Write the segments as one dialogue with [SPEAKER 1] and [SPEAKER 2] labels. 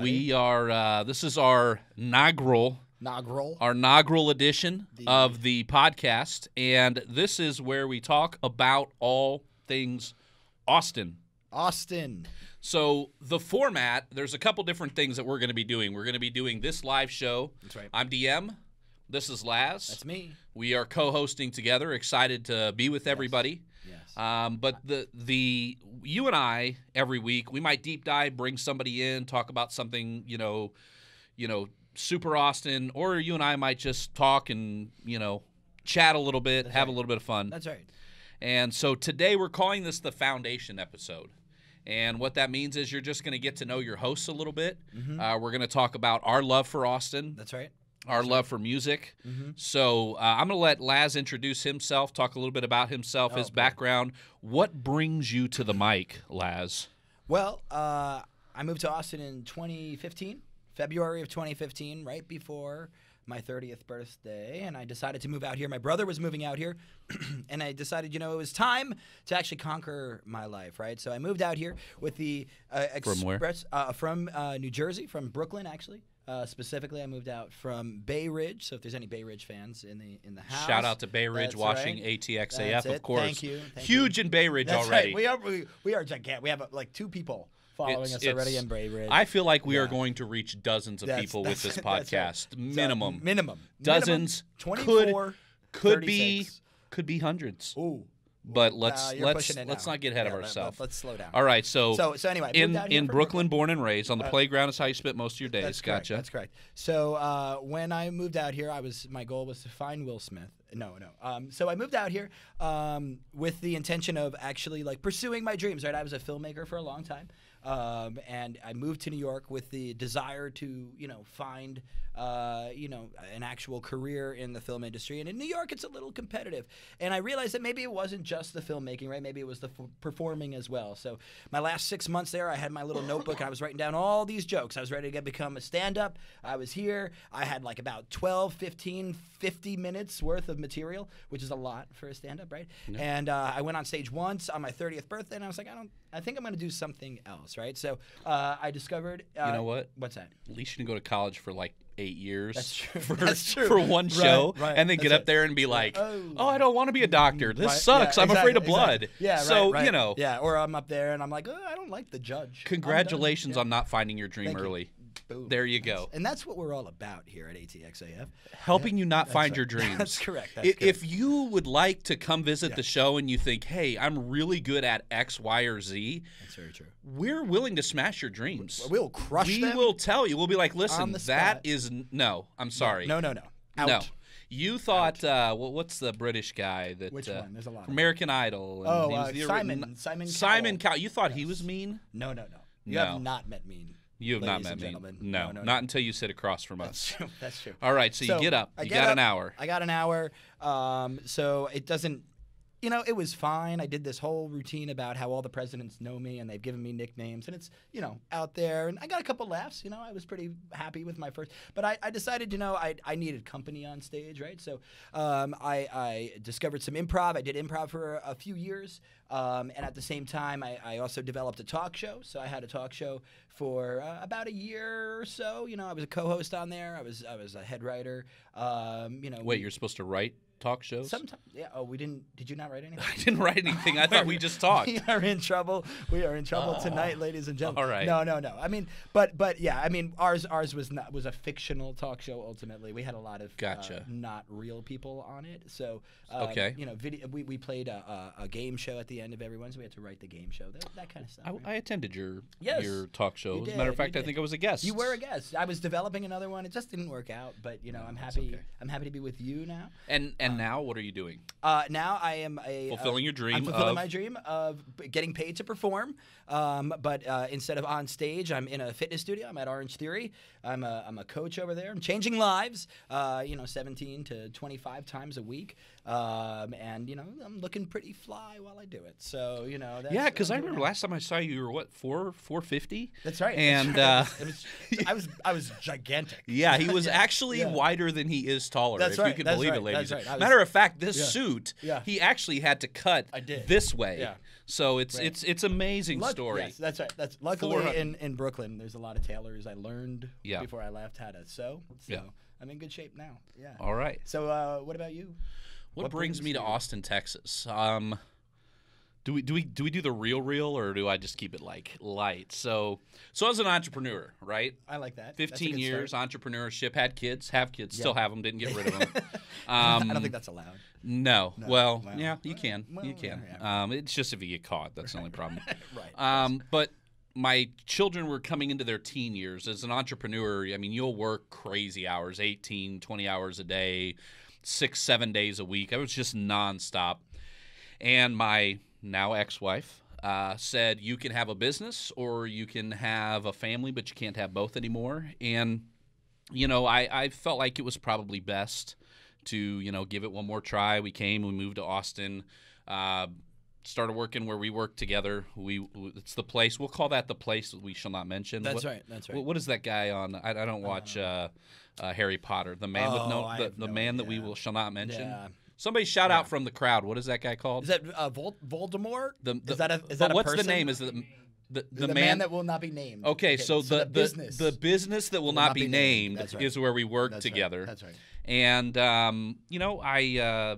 [SPEAKER 1] We are. Uh, this is our inaugural
[SPEAKER 2] Noggrel.
[SPEAKER 1] our inaugural edition of the podcast, and this is where we talk about all things Austin.
[SPEAKER 2] Austin.
[SPEAKER 1] So the format, there's a couple different things that we're going to be doing. We're going to be doing this live show. That's
[SPEAKER 2] right.
[SPEAKER 1] I'm DM. This is Laz.
[SPEAKER 2] That's me.
[SPEAKER 1] We are co-hosting together. Excited to be with everybody.
[SPEAKER 2] Yes.
[SPEAKER 1] Um, but the the you and I every week we might deep dive, bring somebody in, talk about something you know, you know, super Austin, or you and I might just talk and you know, chat a little bit, have a little bit of fun.
[SPEAKER 2] That's right.
[SPEAKER 1] And so today we're calling this the foundation episode. And what that means is you're just going to get to know your hosts a little bit.
[SPEAKER 2] Mm-hmm.
[SPEAKER 1] Uh, we're going to talk about our love for Austin,
[SPEAKER 2] That's right.
[SPEAKER 1] our love for music.
[SPEAKER 2] Mm-hmm.
[SPEAKER 1] So uh, I'm going to let Laz introduce himself, talk a little bit about himself, his background. What brings you to the mic, Laz?
[SPEAKER 2] Well, uh, I moved to Austin in 2015, February of 2015, right before my 30th birthday, and I decided to move out here. My brother was moving out here, and I decided, you know, it was time to actually conquer my life, right? So I moved out here with the uh,
[SPEAKER 1] From where?
[SPEAKER 2] express uh, from uh, New Jersey, from Brooklyn, actually. Uh, specifically, I moved out from Bay Ridge. So if there's any Bay Ridge fans in the in the house,
[SPEAKER 1] Shout out to Bay Ridge
[SPEAKER 2] that's
[SPEAKER 1] Washing
[SPEAKER 2] right.
[SPEAKER 1] ATXAF,
[SPEAKER 2] That's
[SPEAKER 1] of
[SPEAKER 2] it.
[SPEAKER 1] course.
[SPEAKER 2] Thank you. Thank
[SPEAKER 1] Huge in Bay Ridge
[SPEAKER 2] That's
[SPEAKER 1] already.
[SPEAKER 2] right. We are we, we are gigantic. We have uh, like two people following
[SPEAKER 1] It's-
[SPEAKER 2] us already
[SPEAKER 1] it's-
[SPEAKER 2] in Brave Ridge.
[SPEAKER 1] I feel like we are going to reach dozens of
[SPEAKER 2] That's-
[SPEAKER 1] people with
[SPEAKER 2] that's-
[SPEAKER 1] this
[SPEAKER 2] that's right.
[SPEAKER 1] podcast,
[SPEAKER 2] So,
[SPEAKER 1] minimum.
[SPEAKER 2] minimum.
[SPEAKER 1] Dozens
[SPEAKER 2] Minimum,
[SPEAKER 1] could-
[SPEAKER 2] 24,
[SPEAKER 1] could be
[SPEAKER 2] 36.
[SPEAKER 1] could be hundreds.
[SPEAKER 2] Ooh.
[SPEAKER 1] But let's
[SPEAKER 2] Nah, you're
[SPEAKER 1] let's
[SPEAKER 2] pushing it
[SPEAKER 1] let's
[SPEAKER 2] now.
[SPEAKER 1] not get ahead
[SPEAKER 2] Yeah,
[SPEAKER 1] of
[SPEAKER 2] let-
[SPEAKER 1] ourselves.
[SPEAKER 2] let's slow down.
[SPEAKER 1] All right, so
[SPEAKER 2] So- so anyway, I moved
[SPEAKER 1] in
[SPEAKER 2] out here
[SPEAKER 1] in
[SPEAKER 2] from
[SPEAKER 1] Brooklyn, born and raised, on the playground is how you spent most of your days.
[SPEAKER 2] Uh, That's correct.
[SPEAKER 1] gotcha.
[SPEAKER 2] That's correct. So uh, when I moved out here, I was my goal was to find Will Smith. No, no. Um, so I moved out here um, with the intention of actually like pursuing my dreams. Right, I was a filmmaker for a long time, um, and I moved to New York with the desire to you know find uh, you know an actual career in the film industry. And in New York, it's a little competitive. And I realized that maybe it wasn't just the filmmaking, right? Maybe it was the f- performing as well. So my last six months there, I had my little notebook. And I was writing down all these jokes. I was ready to get, become a stand-up. I was here. I had like about 12, 15, 50 minutes worth of material, which is a lot for a stand-up, right? And uh, I went on stage once on my 30th birthday, and I was like, I don't. I think I'm going to do something else, right? So uh, I discovered. Uh,
[SPEAKER 1] know what?
[SPEAKER 2] What's that?
[SPEAKER 1] At least you didn't go to college for like eight years
[SPEAKER 2] That's true.
[SPEAKER 1] For,
[SPEAKER 2] That's true.
[SPEAKER 1] for one
[SPEAKER 2] Right,
[SPEAKER 1] show,
[SPEAKER 2] right.
[SPEAKER 1] and then get
[SPEAKER 2] That's
[SPEAKER 1] up
[SPEAKER 2] it.
[SPEAKER 1] there and be like, "Oh,
[SPEAKER 2] Oh.
[SPEAKER 1] I don't want to be a doctor. This
[SPEAKER 2] Right,
[SPEAKER 1] sucks.
[SPEAKER 2] yeah,
[SPEAKER 1] I'm afraid of
[SPEAKER 2] exactly,
[SPEAKER 1] blood."
[SPEAKER 2] exactly. Yeah.
[SPEAKER 1] so
[SPEAKER 2] right, right.
[SPEAKER 1] you know,
[SPEAKER 2] Yeah. Or I'm up there and I'm like, oh, I don't like the judge. I'm done.
[SPEAKER 1] congratulations
[SPEAKER 2] Yeah.
[SPEAKER 1] on not finding your dream
[SPEAKER 2] Thank you.
[SPEAKER 1] early.
[SPEAKER 2] Boom.
[SPEAKER 1] There you
[SPEAKER 2] That's-
[SPEAKER 1] go.
[SPEAKER 2] And that's what we're all about here at ATXAF.
[SPEAKER 1] helping you not find your dreams.
[SPEAKER 2] That's correct.
[SPEAKER 1] I-
[SPEAKER 2] That's
[SPEAKER 1] if,
[SPEAKER 2] correct.
[SPEAKER 1] you would like to come visit the show and you think, hey, I'm really good at X, Y, or Z,
[SPEAKER 2] That's very true.
[SPEAKER 1] we're willing to smash your dreams.
[SPEAKER 2] We'll crush
[SPEAKER 1] We
[SPEAKER 2] them.
[SPEAKER 1] will tell you. We'll be like, listen,
[SPEAKER 2] on the
[SPEAKER 1] that
[SPEAKER 2] spot."
[SPEAKER 1] is n- no. I'm sorry.
[SPEAKER 2] No, no, no. Out.
[SPEAKER 1] No. You thought uh, wha- what's the British guy that?
[SPEAKER 2] Which
[SPEAKER 1] uh,
[SPEAKER 2] one? There's a lot of
[SPEAKER 1] American Idol. and
[SPEAKER 2] Oh,
[SPEAKER 1] he was
[SPEAKER 2] uh,
[SPEAKER 1] the ori-
[SPEAKER 2] Simon-
[SPEAKER 1] n-
[SPEAKER 2] Simon
[SPEAKER 1] Simon
[SPEAKER 2] Cowell.
[SPEAKER 1] Cowell. You thought he was mean?
[SPEAKER 2] No, no, no. You
[SPEAKER 1] No.
[SPEAKER 2] have not met mean.
[SPEAKER 1] You have not
[SPEAKER 2] ladies
[SPEAKER 1] met
[SPEAKER 2] and
[SPEAKER 1] me.
[SPEAKER 2] gentlemen.
[SPEAKER 1] No,
[SPEAKER 2] no,
[SPEAKER 1] not until you sit across from us.
[SPEAKER 2] no. That's true.
[SPEAKER 1] All right, so, you get up.
[SPEAKER 2] I
[SPEAKER 1] you
[SPEAKER 2] get
[SPEAKER 1] got an
[SPEAKER 2] up.
[SPEAKER 1] hour.
[SPEAKER 2] I got an hour. Um, so it doesn't, you know, it was fine. I did this whole routine about how all the presidents know me and they've given me nicknames, and it's you know out there. And I got a couple laughs. You know, I was pretty happy with my first. But I, I decided, you know, I, I needed company on stage, right? So um, I, I discovered some improv. I did improv for a few years. Um, and at the same time, I, I also developed a talk show. So I had a talk show for uh, about a year or so. You know, I was a co-host on there. I was I was a head writer. Um, you know,
[SPEAKER 1] Wait,
[SPEAKER 2] we-
[SPEAKER 1] you're supposed to write talk shows?
[SPEAKER 2] sometime. Yeah. Oh, we didn't. Did you not write anything?
[SPEAKER 1] I didn't write anything. I thought we just talked. Oh.
[SPEAKER 2] We are in trouble. We are in trouble tonight, ladies and gentlemen.
[SPEAKER 1] all right.
[SPEAKER 2] No, no, no. I mean, but but yeah. I mean, ours ours was not was a fictional talk show. Ultimately, we had a lot of uh,
[SPEAKER 1] Gotcha.
[SPEAKER 2] not real people on it. So um,
[SPEAKER 1] Okay.
[SPEAKER 2] You know, video. We, we played a, a, a game show at the end of everyone, so we had to write the game show. That, that kind of stuff.
[SPEAKER 1] I,
[SPEAKER 2] right?
[SPEAKER 1] I attended your
[SPEAKER 2] Yes,
[SPEAKER 1] your talk show.
[SPEAKER 2] you
[SPEAKER 1] As a matter of
[SPEAKER 2] did, you
[SPEAKER 1] fact, I
[SPEAKER 2] did.
[SPEAKER 1] think I was a guest.
[SPEAKER 2] you were a guest. I was developing another one. It just didn't work out, but you know, I'm happy. I'm happy to be with you now.
[SPEAKER 1] And and now what are you doing?
[SPEAKER 2] Uh, now I am a uh,
[SPEAKER 1] Fulfilling your dream
[SPEAKER 2] I'm fulfilling
[SPEAKER 1] of-
[SPEAKER 2] my dream of b- getting paid to perform, um, but uh, instead of on stage, I'm in a fitness studio. I'm at Orange Theory. I'm a I'm a coach over there. I'm changing lives. Uh, you know, 17 to 25 times a week, um, and you know, I'm looking pretty fly while I do it. So you know, that's,
[SPEAKER 1] Yeah, because I
[SPEAKER 2] I'm doing
[SPEAKER 1] remember
[SPEAKER 2] that.
[SPEAKER 1] last time I saw you, you were what four four fifty.
[SPEAKER 2] That's right.
[SPEAKER 1] And
[SPEAKER 2] that's
[SPEAKER 1] Uh,
[SPEAKER 2] right. It was- I was I was gigantic.
[SPEAKER 1] yeah, he was actually
[SPEAKER 2] Yeah.
[SPEAKER 1] wider than he is taller.
[SPEAKER 2] That's
[SPEAKER 1] if
[SPEAKER 2] right.
[SPEAKER 1] you can
[SPEAKER 2] that's
[SPEAKER 1] believe
[SPEAKER 2] right.
[SPEAKER 1] it, ladies.
[SPEAKER 2] That's right. I was-
[SPEAKER 1] Matter of fact, this
[SPEAKER 2] Yeah.
[SPEAKER 1] suit
[SPEAKER 2] Yeah.
[SPEAKER 1] he actually had to cut
[SPEAKER 2] I did.
[SPEAKER 1] this way.
[SPEAKER 2] Yeah.
[SPEAKER 1] So it's
[SPEAKER 2] Right.
[SPEAKER 1] it's it's amazing
[SPEAKER 2] Luck-
[SPEAKER 1] story.
[SPEAKER 2] Yes, that's right. That's luckily
[SPEAKER 1] 400.
[SPEAKER 2] in, in Brooklyn. There's a lot of tailors. I learned
[SPEAKER 1] Yeah.
[SPEAKER 2] before I left how to sew. So
[SPEAKER 1] Yeah.
[SPEAKER 2] I'm in good shape now. Yeah.
[SPEAKER 1] All right.
[SPEAKER 2] So uh, what about you?
[SPEAKER 1] What,
[SPEAKER 2] What
[SPEAKER 1] brings,
[SPEAKER 2] brings
[SPEAKER 1] me to
[SPEAKER 2] you?
[SPEAKER 1] Austin, Texas? Um, do we do we do we do the real real or do I just keep it like light? So so I was an entrepreneur, right?
[SPEAKER 2] I like that. That's a
[SPEAKER 1] 15
[SPEAKER 2] good
[SPEAKER 1] years
[SPEAKER 2] start.
[SPEAKER 1] entrepreneurship, had kids, have kids, still have them, didn't get rid of them.
[SPEAKER 2] I
[SPEAKER 1] Um,
[SPEAKER 2] don't think that's allowed.
[SPEAKER 1] no. Well,
[SPEAKER 2] Well,
[SPEAKER 1] yeah, you
[SPEAKER 2] well,
[SPEAKER 1] can.
[SPEAKER 2] well,
[SPEAKER 1] you can.
[SPEAKER 2] yeah.
[SPEAKER 1] Um, it's just if you get caught, that's the only problem.
[SPEAKER 2] Right.
[SPEAKER 1] Um, but my children were coming into their teen years. As an entrepreneur, I mean, you'll work crazy hours 18, 20 hours a day, six, seven days a week. I was just nonstop. And my now ex wife uh, said, You can have a business or you can have a family, but you can't have both anymore. And you know, I, I felt like it was probably best to, you know, give it one more try. We came, we moved to Austin, uh, started working where we work together. We It's the place, we'll call that the place that we shall not mention.
[SPEAKER 2] That's
[SPEAKER 1] What-
[SPEAKER 2] right. That's right.
[SPEAKER 1] what- what is that guy on? I, I don't watch uh, uh, Harry Potter. The man with
[SPEAKER 2] Oh,
[SPEAKER 1] no,
[SPEAKER 2] I
[SPEAKER 1] the,
[SPEAKER 2] have
[SPEAKER 1] the
[SPEAKER 2] no
[SPEAKER 1] man that we
[SPEAKER 2] idea.
[SPEAKER 1] will shall not mention.
[SPEAKER 2] Yeah.
[SPEAKER 1] Somebody shout out from the crowd. What is that guy called?
[SPEAKER 2] Is that uh, Vol- Voldemort?
[SPEAKER 1] the, the-
[SPEAKER 2] is that a is
[SPEAKER 1] but
[SPEAKER 2] that a
[SPEAKER 1] what's
[SPEAKER 2] person?
[SPEAKER 1] the name? Is the the, the, man,
[SPEAKER 2] the, man, that will not be named?
[SPEAKER 1] Okay, so, the, the
[SPEAKER 2] business.
[SPEAKER 1] the business that will not, be named,
[SPEAKER 2] That's right.
[SPEAKER 1] is where we work
[SPEAKER 2] That's right,
[SPEAKER 1] together.
[SPEAKER 2] That's right.
[SPEAKER 1] And um, you know, I uh,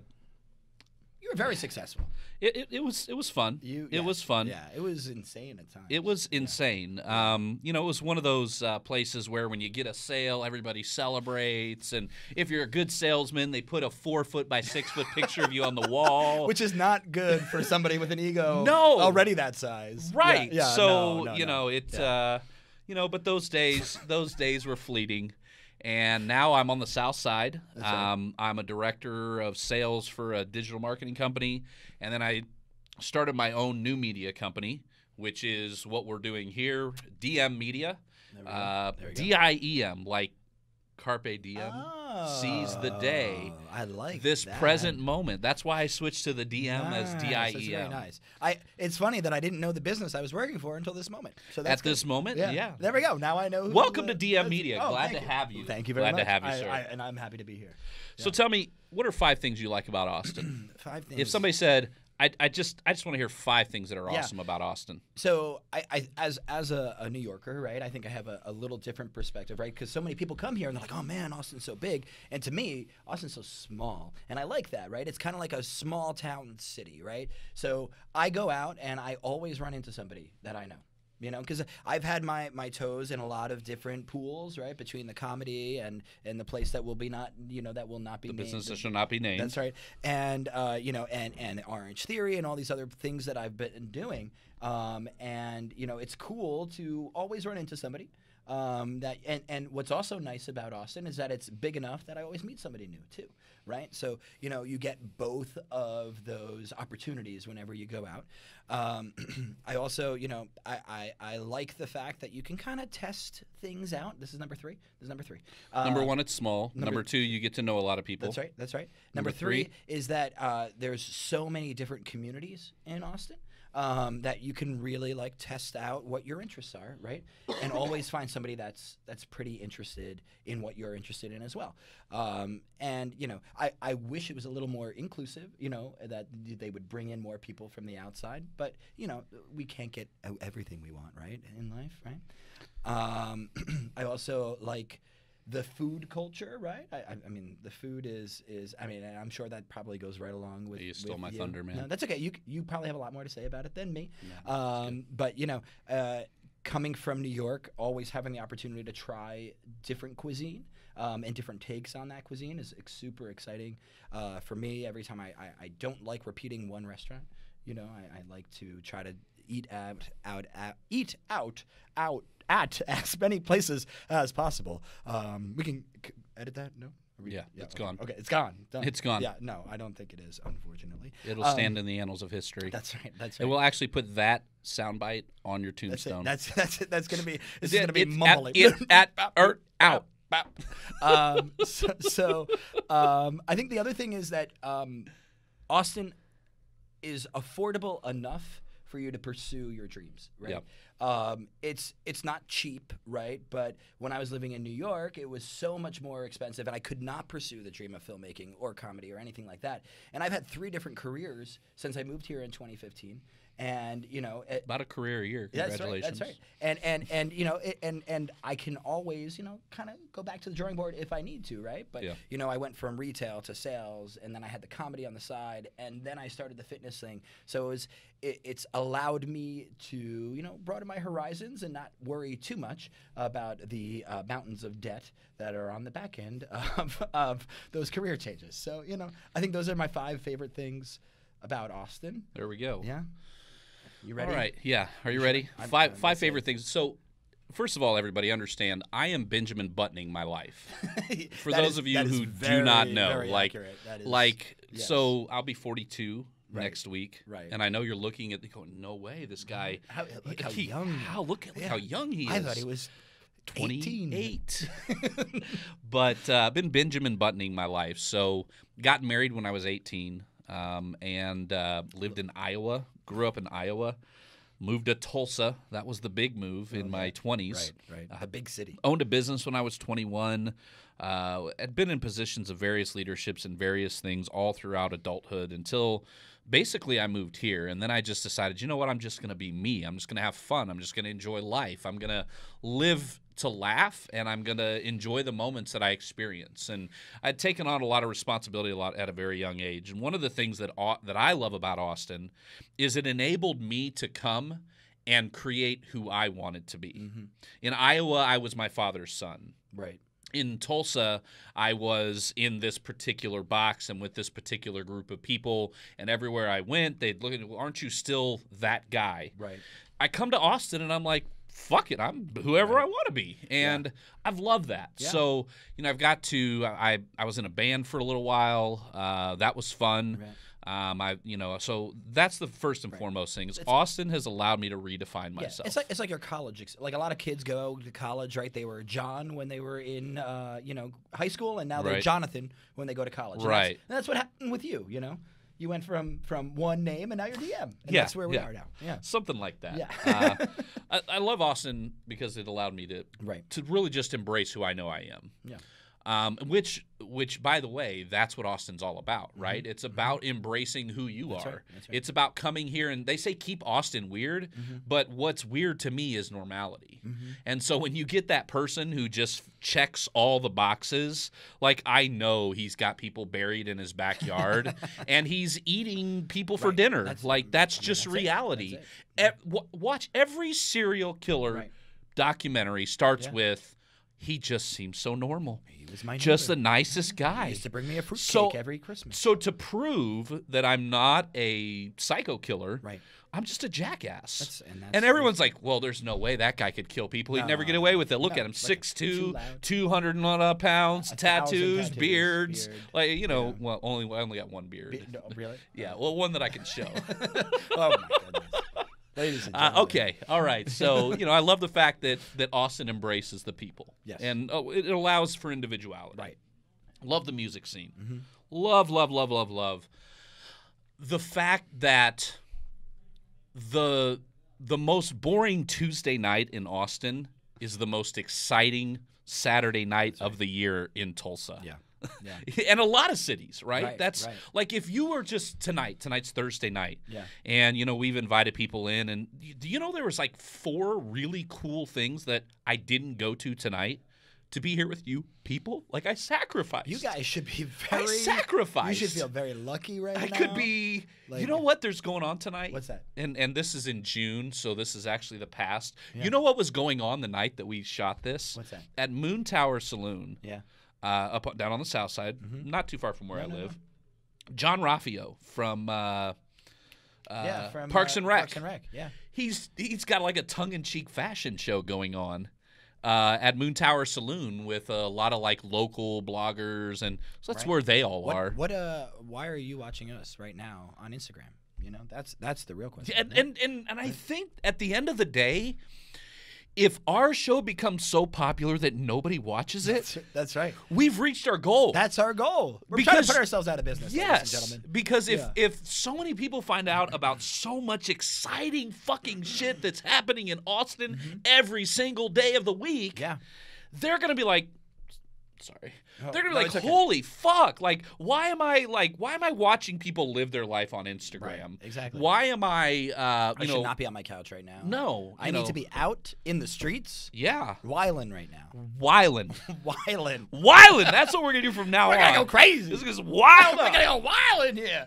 [SPEAKER 2] You were very successful.
[SPEAKER 1] it, it, it was it was fun.
[SPEAKER 2] You.
[SPEAKER 1] it
[SPEAKER 2] yeah,
[SPEAKER 1] was fun.
[SPEAKER 2] Yeah. It was insane at times.
[SPEAKER 1] It was insane. Um, you know, it was one of those uh, places where when you get a sale, everybody celebrates, and if you're a good salesman, they put a four foot by six foot picture of you on the wall.
[SPEAKER 2] which is not good for somebody with an ego
[SPEAKER 1] No.
[SPEAKER 2] already that size.
[SPEAKER 1] right.
[SPEAKER 2] Yeah, yeah,
[SPEAKER 1] so
[SPEAKER 2] no, no,
[SPEAKER 1] you
[SPEAKER 2] no.
[SPEAKER 1] know it. Uh, you know, but those days, those days were fleeting. And now I'm on the south side.
[SPEAKER 2] right.
[SPEAKER 1] Um, I'm a director of sales for a digital marketing company, and then I started my own new media company, which is what we're doing here, DM Media,
[SPEAKER 2] There we go.
[SPEAKER 1] uh,
[SPEAKER 2] There we go.
[SPEAKER 1] D I E M, like carpe diem. seize the day.
[SPEAKER 2] Oh, I like
[SPEAKER 1] this
[SPEAKER 2] that.
[SPEAKER 1] present moment. That's why I switched to the DM
[SPEAKER 2] Nice,
[SPEAKER 1] as
[SPEAKER 2] that's
[SPEAKER 1] D I E
[SPEAKER 2] very
[SPEAKER 1] M.
[SPEAKER 2] nice. I. It's funny that I didn't know the business I was working for until this moment. So that's
[SPEAKER 1] At this moment,
[SPEAKER 2] good. yeah. There we go. Now I know. Who
[SPEAKER 1] Welcome
[SPEAKER 2] the-
[SPEAKER 1] to DM
[SPEAKER 2] that's-
[SPEAKER 1] Media.
[SPEAKER 2] oh,
[SPEAKER 1] Glad
[SPEAKER 2] thank
[SPEAKER 1] to have you.
[SPEAKER 2] Thank you very
[SPEAKER 1] Glad
[SPEAKER 2] much.
[SPEAKER 1] to have you,
[SPEAKER 2] I-
[SPEAKER 1] sir.
[SPEAKER 2] I- and I'm happy to be here.
[SPEAKER 1] So tell me, what are five things you like about Austin?
[SPEAKER 2] Five things.
[SPEAKER 1] if somebody said, I, I just I just want to hear five things that are
[SPEAKER 2] Yeah.
[SPEAKER 1] awesome about Austin.
[SPEAKER 2] so I, I as as a, a New Yorker, right? I think I have a, a little different perspective, right? Because so many people come here and they're like, "Oh man, Austin's so big," and to me, Austin's so small, and I like that, right? It's kind of like a small town city, right? So I go out and I always run into somebody that I know. You know, because I've had my, my toes in a lot of different pools, right? Between the comedy and, and the place that will be not, you know, that will not be
[SPEAKER 1] The
[SPEAKER 2] named,
[SPEAKER 1] business
[SPEAKER 2] the
[SPEAKER 1] that shall not be named.
[SPEAKER 2] that's right. And uh, you know, and and Orange Theory and all these other things that I've been doing. Um, and you know, it's cool to always run into somebody. Um, that and and what's also nice about Austin is that it's big enough that I always meet somebody new too, right? So you know, you get both of those opportunities whenever you go out. Um, I also, you know, I, I I like the fact that you can kind of test things out. This is number three. This is number three.
[SPEAKER 1] Number
[SPEAKER 2] Uh,
[SPEAKER 1] one, it's small. Number, two, you get to know a lot of people.
[SPEAKER 2] that's right. That's right. Number,
[SPEAKER 1] Number
[SPEAKER 2] three,
[SPEAKER 1] three.
[SPEAKER 2] is that uh, there's so many different communities in Austin um, that you can really like test out what your interests are, right? And always find somebody that's that's pretty interested in what you're interested in as well. Um, and you know, I, I wish it was a little more inclusive. You know, that they would bring in more people from the outside, but you know, we can't get everything we want, right, in life, right? Um, I also like the food culture, right? I, I, I mean, the food is is. I mean, and I'm sure that probably goes right along with.
[SPEAKER 1] You stole
[SPEAKER 2] with
[SPEAKER 1] my
[SPEAKER 2] you.
[SPEAKER 1] thunder, man.
[SPEAKER 2] No, that's okay. You c- you probably have a lot more to say about it than me. um, but you know, uh, coming from New York, always having the opportunity to try different cuisine. Um, and different takes on that cuisine is ex- super exciting uh, for me. Every time I, I, I don't like repeating one restaurant, you know, I, I like to try to eat out, out, out eat out, out at as many places as possible. Um, we can c- edit that. No. Are we-
[SPEAKER 1] Yeah, it's
[SPEAKER 2] okay.
[SPEAKER 1] gone.
[SPEAKER 2] Okay, it's gone. Done.
[SPEAKER 1] It's gone.
[SPEAKER 2] Yeah, no, I don't think it is, unfortunately.
[SPEAKER 1] It'll
[SPEAKER 2] Um,
[SPEAKER 1] stand in the annals of history.
[SPEAKER 2] That's right. That's right.
[SPEAKER 1] And we'll actually put that soundbite on your
[SPEAKER 2] that's
[SPEAKER 1] tombstone.
[SPEAKER 2] it. That's that's it. That's gonna be. This is
[SPEAKER 1] It-
[SPEAKER 2] gonna be
[SPEAKER 1] it's at-
[SPEAKER 2] mumbling.
[SPEAKER 1] it at er, out.
[SPEAKER 2] Bap. um, so so um, I think the other thing is that um, Austin is affordable enough for you to pursue your dreams, right?
[SPEAKER 1] Yep.
[SPEAKER 2] Um, it's it's not cheap, right? But when I was living in New York, it was so much more expensive, and I could not pursue the dream of filmmaking or comedy or anything like that. And I've had three different careers since I moved here in 2015, and you know, it,
[SPEAKER 1] About a career a year.
[SPEAKER 2] that's
[SPEAKER 1] Congratulations.
[SPEAKER 2] right. That's right. And and and you know, it, and and I can always you know kind of go back to the drawing board if I need to, right? But
[SPEAKER 1] Yeah.
[SPEAKER 2] you know, I went from retail to sales, and then I had the comedy on the side, and then I started the fitness thing. So it was it, it's allowed me to you know broaden my horizons and not worry too much about the uh, mountains of debt that are on the back end of of those career changes. So you know, I think those are my five favorite things about Austin.
[SPEAKER 1] There we go.
[SPEAKER 2] Yeah. You ready?
[SPEAKER 1] All right. Yeah. Are you ready?
[SPEAKER 2] I'm-
[SPEAKER 1] 5
[SPEAKER 2] I'm
[SPEAKER 1] five favorite things. So, first of all, everybody understand I am Benjamin Buttoning my life. For
[SPEAKER 2] That
[SPEAKER 1] those
[SPEAKER 2] is-
[SPEAKER 1] of you
[SPEAKER 2] that is
[SPEAKER 1] who
[SPEAKER 2] very,
[SPEAKER 1] do not know,
[SPEAKER 2] very
[SPEAKER 1] like,
[SPEAKER 2] accurate. That is-
[SPEAKER 1] like,
[SPEAKER 2] yes.
[SPEAKER 1] so I'll be 42
[SPEAKER 2] Right.
[SPEAKER 1] next week,
[SPEAKER 2] Right.
[SPEAKER 1] and I know you're looking at the going. No way, this guy.
[SPEAKER 2] How- look how
[SPEAKER 1] he-
[SPEAKER 2] young-
[SPEAKER 1] How look, at look
[SPEAKER 2] Yeah.
[SPEAKER 1] how young he is.
[SPEAKER 2] I thought he was 18.
[SPEAKER 1] 28. but uh, been Benjamin buttoning my life. So got married when I was 18 um, and uh, lived in Iowa, grew up in Iowa, moved to Tulsa. That was the big move in my 20s.
[SPEAKER 2] Oh, Right, right. a big city.
[SPEAKER 1] Owned a business when I was 21. Uh, had been in positions of various leaderships and various things all throughout adulthood until basically I moved here. And then I just decided, you know what? I'm just going to be me. I'm just going to have fun. I'm just going to enjoy life. I'm going to live to laugh and I'm going to enjoy the moments that I experience. And I'd taken on a lot of responsibility a lot at a very young age. And one of the things that au- that I love about Austin is it enabled me to come and create who I wanted to be. In Iowa, I was my father's son.
[SPEAKER 2] Right.
[SPEAKER 1] In Tulsa, I was in this particular box and with this particular group of people, and everywhere I went, they'd look at, well, aren't you still that guy?
[SPEAKER 2] Right.
[SPEAKER 1] I come to Austin and I'm like, fuck it, I'm whoever I want to be, and I've loved that. So you know, I've got to. I I was in a band for a little while. Uh, that was fun. Um, I you know, so that's the first and foremost thing. Is Austin has allowed me to redefine
[SPEAKER 2] Yeah,
[SPEAKER 1] myself.
[SPEAKER 2] it's like it's like your college. Ex- like a lot of kids go to college, right? They were John when they were in, uh, you know, high school, and now they're
[SPEAKER 1] Right.
[SPEAKER 2] Jonathan when they go to college. And
[SPEAKER 1] Right.
[SPEAKER 2] That's, and that's what happened with you. You know, you went from from one name, and now you're DM. And
[SPEAKER 1] Yeah,
[SPEAKER 2] That's where we
[SPEAKER 1] yeah.
[SPEAKER 2] are now. Yeah.
[SPEAKER 1] something like that.
[SPEAKER 2] Yeah.
[SPEAKER 1] uh, I, I love Austin because it allowed me to
[SPEAKER 2] Right.
[SPEAKER 1] to really just embrace who I know I am.
[SPEAKER 2] Yeah.
[SPEAKER 1] Um, which, which, by the way, that's what Austin's all about, right? It's about embracing who you are.
[SPEAKER 2] right, Mm-hmm. that's right. Mm-hmm.
[SPEAKER 1] It's about coming here, and they say keep Austin weird, but what's weird to me is normality. And so when you get that person who just checks all the boxes, like I know he's got people buried in his backyard, and he's eating people for dinner,
[SPEAKER 2] that's-
[SPEAKER 1] like that's just
[SPEAKER 2] that's it, that's
[SPEAKER 1] reality.
[SPEAKER 2] it.
[SPEAKER 1] Ev- wa- watch every serial killer
[SPEAKER 2] Right.
[SPEAKER 1] documentary starts with he just seems so normal
[SPEAKER 2] He was my
[SPEAKER 1] just the
[SPEAKER 2] neighbor.
[SPEAKER 1] nicest
[SPEAKER 2] He
[SPEAKER 1] guy.
[SPEAKER 2] used to bring me a fruitcake
[SPEAKER 1] So-
[SPEAKER 2] every Christmas.
[SPEAKER 1] So to prove that I'm not a psycho killer,
[SPEAKER 2] Right.
[SPEAKER 1] I'm just a jackass.
[SPEAKER 2] That's- and
[SPEAKER 1] and,
[SPEAKER 2] that's-
[SPEAKER 1] everyone's like, "Well, there's no way that guy could kill people. He'd never get away with it. Look
[SPEAKER 2] No,
[SPEAKER 1] at him,
[SPEAKER 2] look at-
[SPEAKER 1] six
[SPEAKER 2] too
[SPEAKER 1] two,
[SPEAKER 2] loud.
[SPEAKER 1] two hundred and odd pounds,
[SPEAKER 2] thousand
[SPEAKER 1] tattoos,
[SPEAKER 2] tattoos,
[SPEAKER 1] beards,
[SPEAKER 2] beard.
[SPEAKER 1] like you know, well, only I only got one beard.
[SPEAKER 2] No, really?
[SPEAKER 1] Yeah, well, one that I can show.
[SPEAKER 2] Oh my goodness. Ladies and
[SPEAKER 1] Uh,
[SPEAKER 2] gentlemen.
[SPEAKER 1] okay, all right. So you know, I love the fact that that Austin embraces the people,
[SPEAKER 2] Yes.
[SPEAKER 1] and oh, it it allows for individuality.
[SPEAKER 2] Right. Mm-hmm.
[SPEAKER 1] Love the music scene. Love, love, love, love, love. The fact that the the most boring Tuesday night in Austin is the most exciting Saturday night of the year in Tulsa.
[SPEAKER 2] Yeah. Yeah.
[SPEAKER 1] and a lot of cities, right?
[SPEAKER 2] Right,
[SPEAKER 1] That's
[SPEAKER 2] right.
[SPEAKER 1] like if you were just tonight, tonight's Thursday night.
[SPEAKER 2] Yeah.
[SPEAKER 1] And you know, we've invited people in and y- do you know there was like four really cool things that I didn't go to tonight to be here with you people? Like I sacrificed.
[SPEAKER 2] You guys should be
[SPEAKER 1] I
[SPEAKER 2] very. You
[SPEAKER 1] sacrificed.
[SPEAKER 2] should feel very lucky right
[SPEAKER 1] I
[SPEAKER 2] now.
[SPEAKER 1] could be.
[SPEAKER 2] Like-
[SPEAKER 1] you know what? There's going on tonight.
[SPEAKER 2] What's that?
[SPEAKER 1] And and this is in June, so this is actually the past. You know what was going on the night that we shot this?
[SPEAKER 2] What's that?
[SPEAKER 1] At Moon Tower Saloon,
[SPEAKER 2] Yeah.
[SPEAKER 1] uh, up on- down on the south side,
[SPEAKER 2] Mm-hmm.
[SPEAKER 1] not too far from where I live. John Raffio from. Uh,
[SPEAKER 2] yeah.
[SPEAKER 1] uh,
[SPEAKER 2] From
[SPEAKER 1] Parks
[SPEAKER 2] uh,
[SPEAKER 1] and Rec.
[SPEAKER 2] Parks and Rec. Yeah.
[SPEAKER 1] He's he's got like a tongue-in-cheek fashion show going on uh, at Moon Tower Saloon with a lot of like local bloggers, and so that's where they all
[SPEAKER 2] What,
[SPEAKER 1] are.
[SPEAKER 2] what uh why are you watching us right now on Instagram? You know, that's that's the real question.
[SPEAKER 1] and and and, and I think at the end of the day, if our show becomes so popular that nobody watches it,
[SPEAKER 2] That's right.
[SPEAKER 1] we've reached our goal.
[SPEAKER 2] That's our goal. We're trying
[SPEAKER 1] Because-
[SPEAKER 2] to put ourselves out of business,
[SPEAKER 1] yes,
[SPEAKER 2] ladies and gentlemen.
[SPEAKER 1] because if
[SPEAKER 2] Yeah.
[SPEAKER 1] if so many people find out about so much exciting fucking shit that's happening in Austin every single day of the week,
[SPEAKER 2] Mm-hmm. Yeah.
[SPEAKER 1] they're gonna be like sorry
[SPEAKER 2] Oh,
[SPEAKER 1] they're gonna be
[SPEAKER 2] no,
[SPEAKER 1] like
[SPEAKER 2] it's okay.
[SPEAKER 1] holy fuck like why am i like why am i watching people live their life on instagram
[SPEAKER 2] exactly.
[SPEAKER 1] why am i uh
[SPEAKER 2] I
[SPEAKER 1] you know
[SPEAKER 2] should not be on my couch right now.
[SPEAKER 1] no
[SPEAKER 2] I
[SPEAKER 1] you
[SPEAKER 2] need
[SPEAKER 1] know,
[SPEAKER 2] to be out in the streets,
[SPEAKER 1] yeah
[SPEAKER 2] whiling right now.
[SPEAKER 1] wildin
[SPEAKER 2] Whiling.
[SPEAKER 1] wildin that's what we're gonna do from now
[SPEAKER 2] We're
[SPEAKER 1] on
[SPEAKER 2] gonna go crazy.
[SPEAKER 1] this is wild
[SPEAKER 2] We're gonna go wild in here.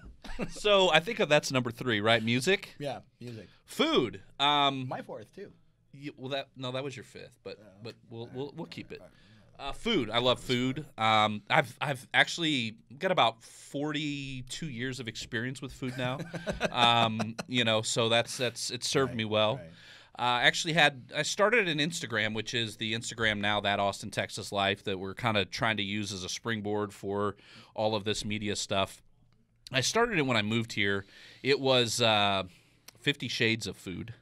[SPEAKER 1] so i think that's number three right music
[SPEAKER 2] Yeah, music.
[SPEAKER 1] food um
[SPEAKER 2] My fourth too.
[SPEAKER 1] Y- well, that no, that was your fifth, but but we'll we'll, we'll keep it. Uh, food. I love food. Um, I've I've actually got about forty two years of experience with food now. um, you know, so that's that's it served me well.
[SPEAKER 2] right.
[SPEAKER 1] Uh, I actually had I started an Instagram, which is the Instagram now that Austin Texas Life that we're kind of trying to use as a springboard for all of this media stuff. I started it when I moved here. It was uh, Fifty Shades of Food.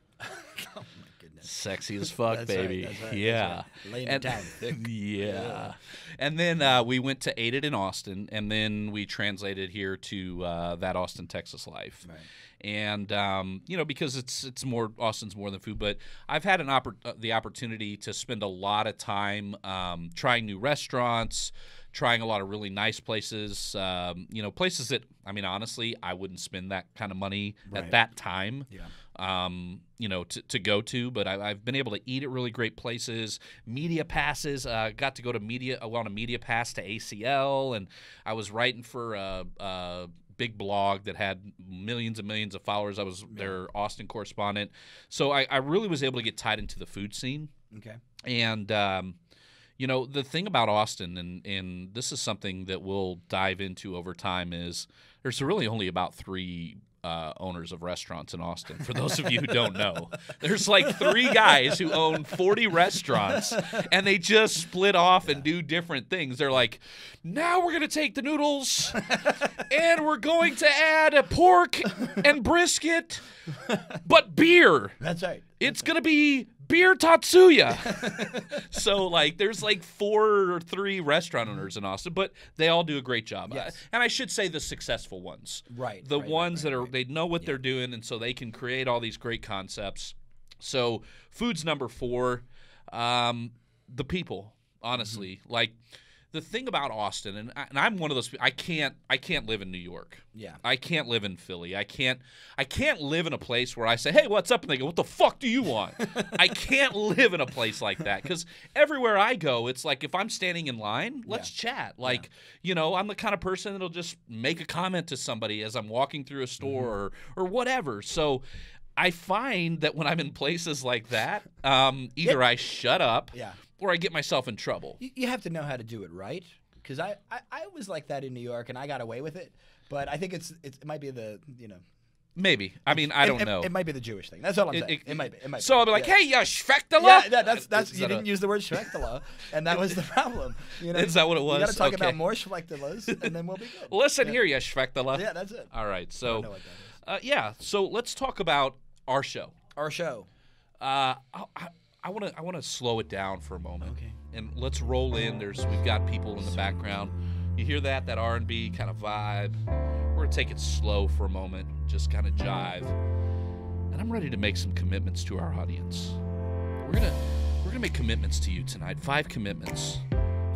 [SPEAKER 2] Oh Goodness.
[SPEAKER 1] Sexy as fuck,
[SPEAKER 2] That's right,
[SPEAKER 1] baby.
[SPEAKER 2] that's right, that's
[SPEAKER 1] yeah.
[SPEAKER 2] right. Laying it
[SPEAKER 1] And-
[SPEAKER 2] down thick.
[SPEAKER 1] Yeah. And then uh, we went to Aided in Austin, and then we translated here to uh, that Austin, Texas life.
[SPEAKER 2] Right.
[SPEAKER 1] And um, you know, because it's it's more Austin's more than food, but I've had an oppor- uh, the opportunity to spend a lot of time um, trying new restaurants, trying a lot of really nice places. Um, you know, places that I mean, honestly, I wouldn't spend that kind of money at
[SPEAKER 2] Right.
[SPEAKER 1] that time
[SPEAKER 2] Yeah.
[SPEAKER 1] um, you know, to, to go to, but I, I've been able to eat at really great places. Media passes, uh, got to go to media well, on a media pass to ACL, and I was writing for a, a big blog that had millions and millions of followers. I was their Austin correspondent, so I, I really was able to get tied into the food scene.
[SPEAKER 2] Okay.
[SPEAKER 1] And um, you know, the thing about Austin, and and this is something that we'll dive into over time, is there's really only about three. Uh, owners of restaurants in Austin. For those of you who don't know, there's like three guys who own 40 restaurants and they just split off and do different things. They're like, now we're going to take the noodles and we're going to add a pork and brisket, but beer.
[SPEAKER 2] That's right.
[SPEAKER 1] It's gonna be beer tatsuya. so like, there's like four or three restaurant owners in Austin, but they all do a great job.
[SPEAKER 2] Yes.
[SPEAKER 1] And I should say the successful ones,
[SPEAKER 2] Right.
[SPEAKER 1] the
[SPEAKER 2] right, right,
[SPEAKER 1] ones
[SPEAKER 2] right,
[SPEAKER 1] that are
[SPEAKER 2] right.
[SPEAKER 1] they know what they're doing, and so they can create all these great concepts. So food's number four. Um, the people, honestly,
[SPEAKER 2] Mm-hmm.
[SPEAKER 1] like the thing about Austin, and, I, and I'm one of those. I can't I can't live in New York.
[SPEAKER 2] Yeah.
[SPEAKER 1] I can't live in Philly. I can't I can't live in a place where I say, "Hey, what's up?" and they go, "What the fuck do you want?" I can't live in a place like that cuz everywhere I go, it's like if I'm standing in line, let's chat. Like, you know, I'm the kind of person that'll just make a comment to somebody as I'm walking through a
[SPEAKER 2] Mm-hmm.
[SPEAKER 1] store or, or whatever. So, I find that when I'm in places like that, um, either I shut up
[SPEAKER 2] Yeah.
[SPEAKER 1] or I get myself in trouble.
[SPEAKER 2] You, you have to know how to do it right, because I, I I was like that in New York and I got away with it, but I think it's, it's it might be the you know
[SPEAKER 1] Maybe. I mean, I
[SPEAKER 2] it-
[SPEAKER 1] don't
[SPEAKER 2] it,
[SPEAKER 1] know.
[SPEAKER 2] It might be the Jewish thing. That's all I'm
[SPEAKER 1] It-
[SPEAKER 2] saying.
[SPEAKER 1] it-
[SPEAKER 2] It, might be. It might.
[SPEAKER 1] so
[SPEAKER 2] be.
[SPEAKER 1] I'll be like,
[SPEAKER 2] yeah.
[SPEAKER 1] "Hey, yeah, Schvectala."
[SPEAKER 2] Yeah, that, that's that's
[SPEAKER 1] Is
[SPEAKER 2] you
[SPEAKER 1] that a-
[SPEAKER 2] didn't use the word Schlechtela, and that was the problem. You know,
[SPEAKER 1] Is that what it was?
[SPEAKER 2] You got to talk
[SPEAKER 1] Okay.
[SPEAKER 2] about more Schlechtelas, and then we'll be good.
[SPEAKER 1] Listen here, you Schvechtela.
[SPEAKER 2] Yeah, that's it.
[SPEAKER 1] All right.
[SPEAKER 2] I
[SPEAKER 1] So,
[SPEAKER 2] know what
[SPEAKER 1] uh,
[SPEAKER 2] that is.
[SPEAKER 1] yeah. So let's talk about our show.
[SPEAKER 2] Our show.
[SPEAKER 1] Uh, I want to I want to slow it down for a moment. Okay. And let's roll in. There's we've got people in the background. You hear that that R and B kind of vibe. We're gonna take it slow for a moment. Just kind of jive. And I'm ready to make some commitments to our audience. We're gonna we're gonna make commitments to you tonight. Five commitments.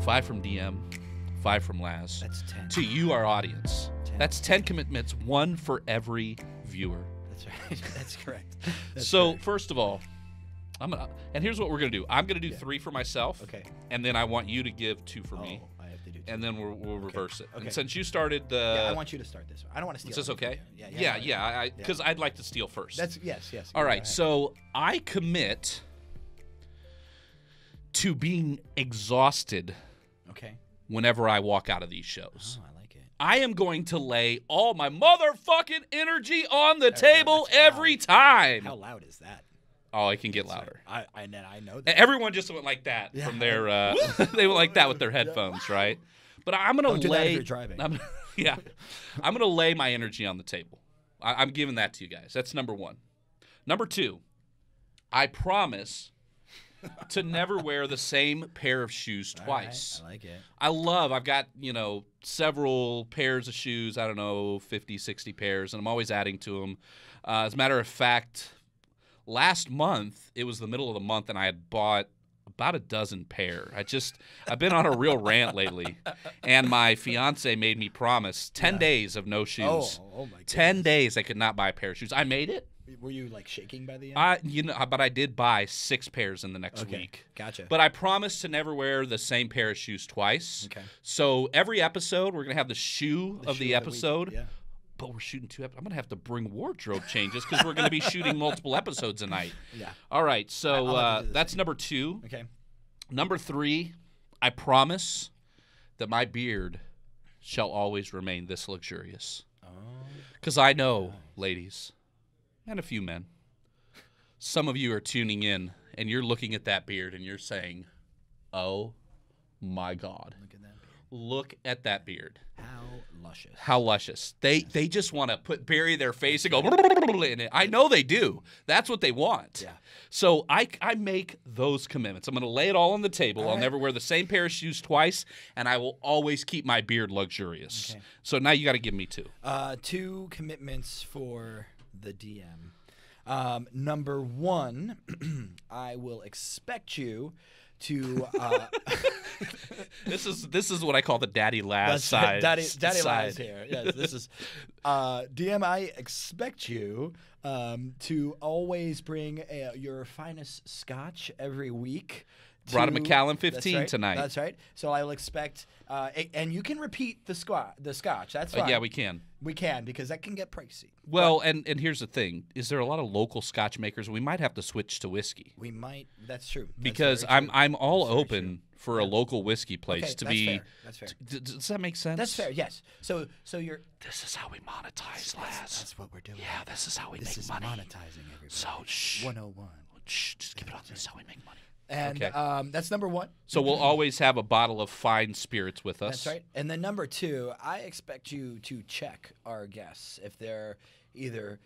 [SPEAKER 1] Five from DM. Five from Laz.
[SPEAKER 2] That's ten.
[SPEAKER 1] to you, our audience.
[SPEAKER 2] Ten.
[SPEAKER 1] That's 10 commitments, one for every viewer.
[SPEAKER 2] That's right. That's correct. That's
[SPEAKER 1] so,
[SPEAKER 2] correct.
[SPEAKER 1] first of all, I'm gonna, and here's what we're gonna do. I'm gonna do three for myself,
[SPEAKER 2] Okay.
[SPEAKER 1] and then I want you to give two for me,
[SPEAKER 2] Oh, I have to do.
[SPEAKER 1] and then we'll, we'll reverse it.
[SPEAKER 2] okay.
[SPEAKER 1] And since you started the,
[SPEAKER 2] yeah, I want you to start this one. I don't want to steal.
[SPEAKER 1] is this
[SPEAKER 2] anything
[SPEAKER 1] okay?
[SPEAKER 2] from you. Yeah,
[SPEAKER 1] yeah,
[SPEAKER 2] yeah. no,
[SPEAKER 1] yeah. Because I'd like to steal first.
[SPEAKER 2] That's yes, yes.
[SPEAKER 1] all
[SPEAKER 2] go
[SPEAKER 1] right.
[SPEAKER 2] ahead.
[SPEAKER 1] So I commit to being exhausted
[SPEAKER 2] okay.
[SPEAKER 1] whenever I walk out of these shows.
[SPEAKER 2] Oh, I like it.
[SPEAKER 1] I am going to lay all my motherfucking energy on the table every time.
[SPEAKER 2] How loud is that?
[SPEAKER 1] Oh, it can get louder.
[SPEAKER 2] I I, and I
[SPEAKER 1] Eh,
[SPEAKER 2] know that.
[SPEAKER 1] E-, Everyone just went like that from their. Uh, they went like that with their headphones, right? But I'm gonna
[SPEAKER 2] Don't do that if
[SPEAKER 1] lay.
[SPEAKER 2] you're driving.
[SPEAKER 1] I'm- yeah, I'm gonna lay my energy on the table. I, I'm giving that to you guys. That's number one. Number two, I promise to never wear the same pair of shoes
[SPEAKER 2] All right,
[SPEAKER 1] twice.
[SPEAKER 2] I like it.
[SPEAKER 1] I love, I've got, you know, several pairs of shoes, I don't know, 50, 60 pairs, and I'm always adding to them. Uh, as a matter of fact, last month, it was the middle of the month, and I had bought about a dozen pair. I just, I've been on a real rant lately, and my fiance made me promise 10 days of no shoes.
[SPEAKER 2] Oh, oh my god.
[SPEAKER 1] 10 days I could not buy a pair of shoes. I made it.
[SPEAKER 2] Were you like shaking by the end?
[SPEAKER 1] I you know but I did buy 6 pairs in the next
[SPEAKER 2] okay.
[SPEAKER 1] week.
[SPEAKER 2] Gotcha.
[SPEAKER 1] But I promised to never wear the same pair of shoes twice.
[SPEAKER 2] okay.
[SPEAKER 1] So every episode, we're gonna have the shoe of
[SPEAKER 2] shoe
[SPEAKER 1] the
[SPEAKER 2] week,
[SPEAKER 1] episode,
[SPEAKER 2] Yeah.
[SPEAKER 1] but we're shooting two. Ep- I'm gonna have to bring wardrobe changes because we're gonna be shooting multiple episodes a night.
[SPEAKER 2] Yeah.
[SPEAKER 1] All right, so
[SPEAKER 2] I'll have to
[SPEAKER 1] uh,
[SPEAKER 2] do the
[SPEAKER 1] that's number two.
[SPEAKER 2] Okay.
[SPEAKER 1] Number three, I promise that my beard shall always remain this luxurious,
[SPEAKER 2] Oh.
[SPEAKER 1] because I know, ladies, and a few men, some of you are tuning in and you're looking at that beard and you're saying, "Oh my God,
[SPEAKER 2] Look at that.
[SPEAKER 1] look at that beard."
[SPEAKER 2] How luscious.
[SPEAKER 1] how luscious they they just want to put bury their face and go in it. I know they do. That's what they want.
[SPEAKER 2] Yeah.
[SPEAKER 1] So I I make those commitments. I'm going to lay it all on the table. I'll
[SPEAKER 2] right.
[SPEAKER 1] never wear the same pair of shoes twice, and I will always keep my beard luxurious. So now you got to give me two.
[SPEAKER 2] Uh, two commitments for the DM. Um, number one, I will expect you to uh,
[SPEAKER 1] This is this is what I call the daddy last
[SPEAKER 2] That's
[SPEAKER 1] side.
[SPEAKER 2] Daddy, daddy lies
[SPEAKER 1] side.
[SPEAKER 2] here. Yes, this is uh, DM. I expect you um, to always bring uh your finest scotch every week.
[SPEAKER 1] Brought a
[SPEAKER 2] to-
[SPEAKER 1] Macallan
[SPEAKER 2] That's
[SPEAKER 1] 15
[SPEAKER 2] right,
[SPEAKER 1] tonight.
[SPEAKER 2] That's right. So I will expect, uh, a- and you can repeat the squat, the scotch. That's fine.
[SPEAKER 1] Uh, yeah, we can.
[SPEAKER 2] we can because that can get pricey.
[SPEAKER 1] Well, and and here's the thing: is there a lot of local Scotch makers? We might have to switch to whiskey.
[SPEAKER 2] We might. That's true. That's
[SPEAKER 1] because
[SPEAKER 2] very
[SPEAKER 1] I'm
[SPEAKER 2] true.
[SPEAKER 1] I'm all
[SPEAKER 2] That's very
[SPEAKER 1] open for a local whiskey place
[SPEAKER 2] Okay,
[SPEAKER 1] to
[SPEAKER 2] that's
[SPEAKER 1] be.
[SPEAKER 2] fair. That's fair.
[SPEAKER 1] D- d- does that make sense?
[SPEAKER 2] That's fair. Yes. So so you're.
[SPEAKER 1] This is how we monetize, Laz.
[SPEAKER 2] That's what we're doing.
[SPEAKER 1] Yeah, this is how we
[SPEAKER 2] This
[SPEAKER 1] make
[SPEAKER 2] is oh-
[SPEAKER 1] money.
[SPEAKER 2] monetizing everybody.
[SPEAKER 1] so shh,
[SPEAKER 2] 101.
[SPEAKER 1] shh, just keep it on. This is how we make money.
[SPEAKER 2] And
[SPEAKER 1] Okay.
[SPEAKER 2] um, that's number one.
[SPEAKER 1] So we'll always have a bottle of fine spirits with us.
[SPEAKER 2] That's right. And then number two, I expect you to check our guests if they're either,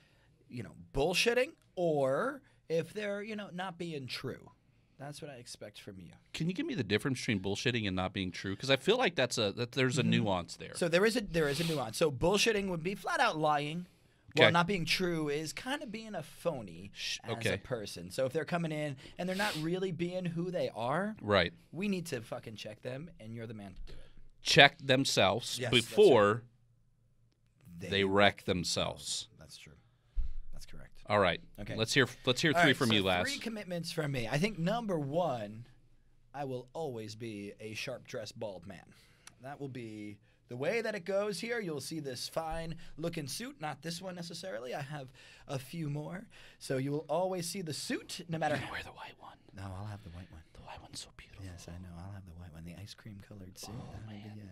[SPEAKER 2] you know, bullshitting or if they're, you know, not being true. That's what I expect from you.
[SPEAKER 1] Can you give me the difference between bullshitting and not being true? Because I feel like that's a that there's a nuance there.
[SPEAKER 2] Mm-hmm. So there is a there is a nuance. So bullshitting would be flat out lying. While
[SPEAKER 1] Okay.
[SPEAKER 2] not being true is kind of being a phony
[SPEAKER 1] Sh-
[SPEAKER 2] as
[SPEAKER 1] okay.
[SPEAKER 2] a person. So if they're coming in and they're not really being who they are,
[SPEAKER 1] right.
[SPEAKER 2] we need to fucking check them. And you're the man to do it.
[SPEAKER 1] Check themselves
[SPEAKER 2] Yes, that's right.
[SPEAKER 1] before they wreck themselves.
[SPEAKER 2] that's true. That's correct.
[SPEAKER 1] All right.
[SPEAKER 2] Okay.
[SPEAKER 1] Let's hear let's hear
[SPEAKER 2] All
[SPEAKER 1] three
[SPEAKER 2] right,
[SPEAKER 1] from
[SPEAKER 2] so
[SPEAKER 1] you, Laz.
[SPEAKER 2] Three commitments from me. I think number one, I will always be a sharp dressed bald man. That will be the way that it goes here. You'll see this fine looking suit, not this one necessarily. I have a few more. So you will always see the suit, no matter.
[SPEAKER 1] Wear the white one.
[SPEAKER 2] No, I'll have the white one.
[SPEAKER 1] The white one's so beautiful.
[SPEAKER 2] Yes, I know. I'll have the white one, the ice cream colored suit. That'll be it.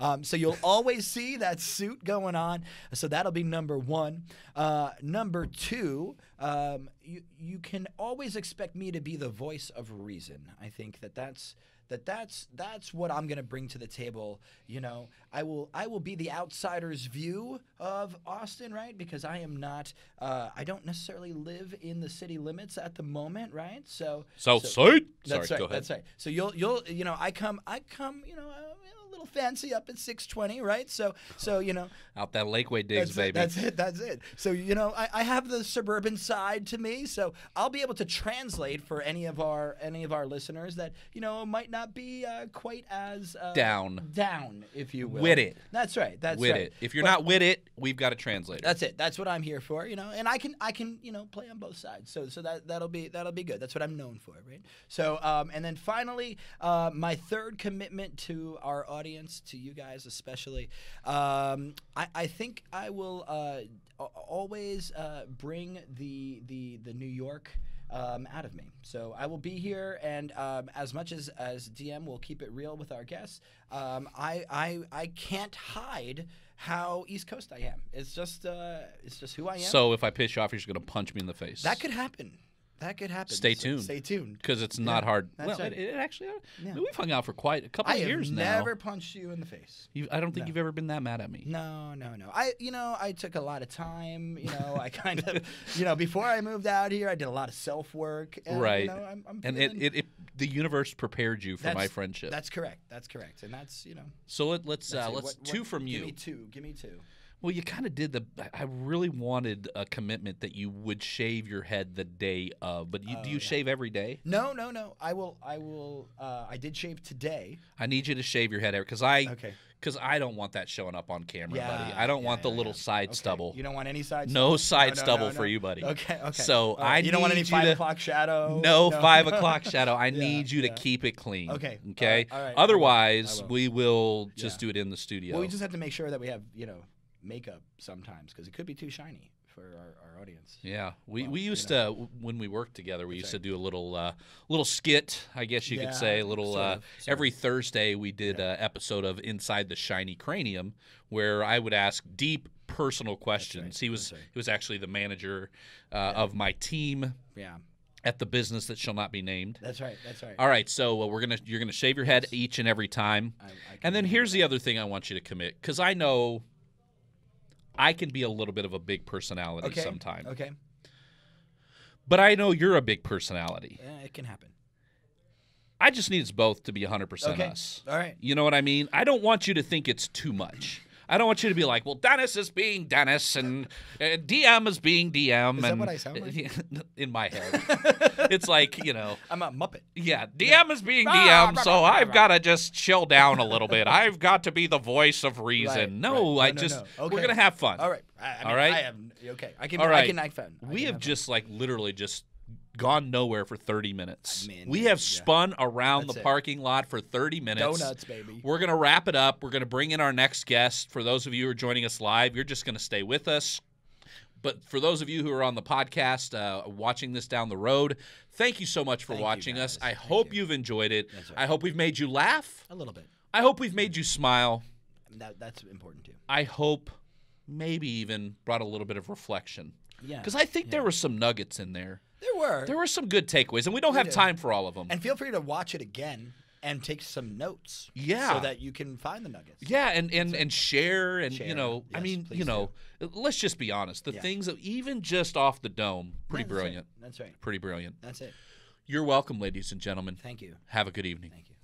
[SPEAKER 2] Um, so you'll always see that suit going on. So that'll be number one. Uh, number two, um, you you can always expect me to be the voice of reason. I think that that's that that's that's what I'm gonna bring to the table. You know, I will I will be the outsider's view of Austin, right? Because I am not. Uh, I don't necessarily live in the city limits at the moment, right? So
[SPEAKER 1] Southside. Sorry,
[SPEAKER 2] that's right.
[SPEAKER 1] go ahead.
[SPEAKER 2] That's right. So you'll you'll you know I come I come you know uh, a little fancy up at six twenty right. So so you know
[SPEAKER 1] Out that Lakeway digs,
[SPEAKER 2] that's
[SPEAKER 1] baby.
[SPEAKER 2] It, that's it. That's it. So you know I, I have the suburban side to me. So I'll be able to translate for any of our any of our listeners that you know might not be uh, quite as uh,
[SPEAKER 1] Down.
[SPEAKER 2] down if you will
[SPEAKER 1] With it.
[SPEAKER 2] That's right. That's
[SPEAKER 1] with
[SPEAKER 2] right.
[SPEAKER 1] it. If you're
[SPEAKER 2] But-
[SPEAKER 1] not with it, we've got a translator.
[SPEAKER 2] that's it. That's what I'm here for, you know. And I can I can you know play on both sides. So so that that'll be that'll be good. That's what I'm known for, right? So um, and then finally, uh, my third commitment to our audience, to you guys especially, um, I I think I will uh, a- always uh, bring the the the New York. Um, out of me, so I will be here, and um, as much as as DM will keep it real with our guests, um, I I I can't hide how East Coast I am. It's just uh, it's just who I am.
[SPEAKER 1] so if I piss you off, you're just gonna punch me in the face.
[SPEAKER 2] that could happen. That could happen.
[SPEAKER 1] Stay
[SPEAKER 2] So
[SPEAKER 1] tuned.
[SPEAKER 2] Stay tuned.
[SPEAKER 1] because it's not hard.
[SPEAKER 2] that's
[SPEAKER 1] well,
[SPEAKER 2] right.
[SPEAKER 1] it, it actually. uh, I mean,
[SPEAKER 2] Yeah.
[SPEAKER 1] we've hung out for quite a couple
[SPEAKER 2] I
[SPEAKER 1] of years
[SPEAKER 2] have
[SPEAKER 1] now.
[SPEAKER 2] never punched you in the face.
[SPEAKER 1] You, I don't think
[SPEAKER 2] No.
[SPEAKER 1] you've ever been that mad at me.
[SPEAKER 2] No, no, no. I, you know, I took a lot of time. You know, I kind of, you know, before I moved out here, I did a lot of self work.
[SPEAKER 1] Right.
[SPEAKER 2] You know, I'm, I'm
[SPEAKER 1] And it,
[SPEAKER 2] feeling-
[SPEAKER 1] it, it, the universe prepared you for my
[SPEAKER 2] That's-
[SPEAKER 1] friendship.
[SPEAKER 2] That's correct. That's correct. And that's you know.
[SPEAKER 1] So let, let's
[SPEAKER 2] that's
[SPEAKER 1] uh,
[SPEAKER 2] it.
[SPEAKER 1] let's
[SPEAKER 2] What-
[SPEAKER 1] two
[SPEAKER 2] what-
[SPEAKER 1] from you.
[SPEAKER 2] Give me two. Give me two.
[SPEAKER 1] Well, you kind of did the. I really wanted a commitment that you would shave your head the day of, but you,
[SPEAKER 2] Oh,
[SPEAKER 1] do you
[SPEAKER 2] yeah.
[SPEAKER 1] shave every day?
[SPEAKER 2] No, no, no. I will. I will. Uh, I did shave today.
[SPEAKER 1] I need you to shave your head because I
[SPEAKER 2] Okay.
[SPEAKER 1] because I don't want that showing up on camera, buddy.
[SPEAKER 2] Yeah,
[SPEAKER 1] I don't
[SPEAKER 2] yeah,
[SPEAKER 1] want the
[SPEAKER 2] yeah,
[SPEAKER 1] little
[SPEAKER 2] yeah.
[SPEAKER 1] side
[SPEAKER 2] Okay.
[SPEAKER 1] stubble.
[SPEAKER 2] You don't want any side.
[SPEAKER 1] no side
[SPEAKER 2] no, no,
[SPEAKER 1] stubble
[SPEAKER 2] no.
[SPEAKER 1] for you, buddy.
[SPEAKER 2] Okay. Okay.
[SPEAKER 1] So
[SPEAKER 2] All right.
[SPEAKER 1] I
[SPEAKER 2] You don't want
[SPEAKER 1] need
[SPEAKER 2] any
[SPEAKER 1] you
[SPEAKER 2] five
[SPEAKER 1] to-
[SPEAKER 2] o'clock shadow.
[SPEAKER 1] No, five o'clock shadow. I
[SPEAKER 2] Yeah,
[SPEAKER 1] need you to
[SPEAKER 2] yeah.
[SPEAKER 1] keep it clean.
[SPEAKER 2] Okay. All
[SPEAKER 1] Okay.
[SPEAKER 2] right, all right, I will, I
[SPEAKER 1] Otherwise,
[SPEAKER 2] will.
[SPEAKER 1] we will just
[SPEAKER 2] Yeah.
[SPEAKER 1] do it in the studio.
[SPEAKER 2] Well, we just have to make sure that we have you know makeup sometimes because it could be too shiny for our, our audience.
[SPEAKER 1] Yeah, we,
[SPEAKER 2] Well,
[SPEAKER 1] we
[SPEAKER 2] you
[SPEAKER 1] used to when we worked together. We
[SPEAKER 2] That's
[SPEAKER 1] used
[SPEAKER 2] right.
[SPEAKER 1] to do a little uh, little skit, I guess you
[SPEAKER 2] Yeah,
[SPEAKER 1] could say. A little
[SPEAKER 2] sort
[SPEAKER 1] uh,
[SPEAKER 2] of, sort
[SPEAKER 1] every
[SPEAKER 2] of.
[SPEAKER 1] Thursday we did an episode of Inside the Shiny Cranium, where I would ask deep personal questions. He was
[SPEAKER 2] that's right.
[SPEAKER 1] he was actually the manager uh, of my team
[SPEAKER 2] Yeah.
[SPEAKER 1] at the business that shall not be named.
[SPEAKER 2] That's right. That's right.
[SPEAKER 1] All right, so uh, we're gonna you're gonna shave your head each and every time.
[SPEAKER 2] I, I can
[SPEAKER 1] And then
[SPEAKER 2] remember
[SPEAKER 1] here's
[SPEAKER 2] that.
[SPEAKER 1] the other thing I want you to commit, because I know I can be a little bit of a big personality
[SPEAKER 2] Okay.
[SPEAKER 1] sometimes.
[SPEAKER 2] Okay.
[SPEAKER 1] But I know you're a big personality.
[SPEAKER 2] Yeah, Eh, it can happen.
[SPEAKER 1] I just need us both to be 100%
[SPEAKER 2] Okay.
[SPEAKER 1] us.
[SPEAKER 2] All right.
[SPEAKER 1] You know what I mean? I don't want you to think it's too much. I don't want you to be like, well, Dennis is being Dennis and uh, DM is being DM.
[SPEAKER 2] Is that
[SPEAKER 1] and
[SPEAKER 2] what I sound like?
[SPEAKER 1] In my head. it's like, you know,
[SPEAKER 2] I'm a muppet.
[SPEAKER 1] yeah, DM is being
[SPEAKER 2] Rah,
[SPEAKER 1] DM,
[SPEAKER 2] rah,
[SPEAKER 1] so
[SPEAKER 2] rah, rah,
[SPEAKER 1] I've
[SPEAKER 2] rah.
[SPEAKER 1] got to just chill down a little bit. I've got to be the voice of reason.
[SPEAKER 2] Right,
[SPEAKER 1] no,
[SPEAKER 2] right.
[SPEAKER 1] I
[SPEAKER 2] No, no,
[SPEAKER 1] just,
[SPEAKER 2] no.
[SPEAKER 1] we're
[SPEAKER 2] Okay.
[SPEAKER 1] going to have fun.
[SPEAKER 2] All right. I, I mean,
[SPEAKER 1] All right.
[SPEAKER 2] I have okay. I can.
[SPEAKER 1] All right.
[SPEAKER 2] I can act fun. I
[SPEAKER 1] we
[SPEAKER 2] can
[SPEAKER 1] have
[SPEAKER 2] fun.
[SPEAKER 1] just like literally just gone nowhere for 30 minutes.
[SPEAKER 2] I mean,
[SPEAKER 1] we
[SPEAKER 2] yeah.
[SPEAKER 1] have spun around
[SPEAKER 2] That's
[SPEAKER 1] the
[SPEAKER 2] it.
[SPEAKER 1] parking lot for 30 minutes.
[SPEAKER 2] donuts, baby.
[SPEAKER 1] We're going to wrap it up. We're going to bring in our next guest. For those of you who are joining us live, you're just going to stay with us. But for those of you who are on the podcast, uh, watching this down the road, thank you so much for
[SPEAKER 2] Thank you,
[SPEAKER 1] watching us.
[SPEAKER 2] guys.
[SPEAKER 1] I
[SPEAKER 2] Thank
[SPEAKER 1] hope
[SPEAKER 2] you.
[SPEAKER 1] have enjoyed it.
[SPEAKER 2] That's right.
[SPEAKER 1] I hope we've made you laugh.
[SPEAKER 2] A little bit.
[SPEAKER 1] I hope we've made you smile.
[SPEAKER 2] That that's important too.
[SPEAKER 1] I hope maybe even brought a little bit of reflection.
[SPEAKER 2] Yeah.
[SPEAKER 1] Because I think there were some nuggets in there.
[SPEAKER 2] there were.
[SPEAKER 1] There were some good takeaways, and we don't have
[SPEAKER 2] did.
[SPEAKER 1] time for all of them.
[SPEAKER 2] and feel free to watch it again and take some notes.
[SPEAKER 1] Yeah.
[SPEAKER 2] So that you can find the nuggets.
[SPEAKER 1] yeah, and and, and share, and you
[SPEAKER 2] Share.
[SPEAKER 1] know, I
[SPEAKER 2] Yes,
[SPEAKER 1] mean, you
[SPEAKER 2] please
[SPEAKER 1] know, let's just be honest. The
[SPEAKER 2] Yeah.
[SPEAKER 1] things that even just off the dome, pretty
[SPEAKER 2] That's right.
[SPEAKER 1] brilliant,
[SPEAKER 2] That's right.
[SPEAKER 1] pretty brilliant.
[SPEAKER 2] That's it.
[SPEAKER 1] You're welcome, ladies and gentlemen.
[SPEAKER 2] Thank you.
[SPEAKER 1] Have a good evening.
[SPEAKER 2] Thank you.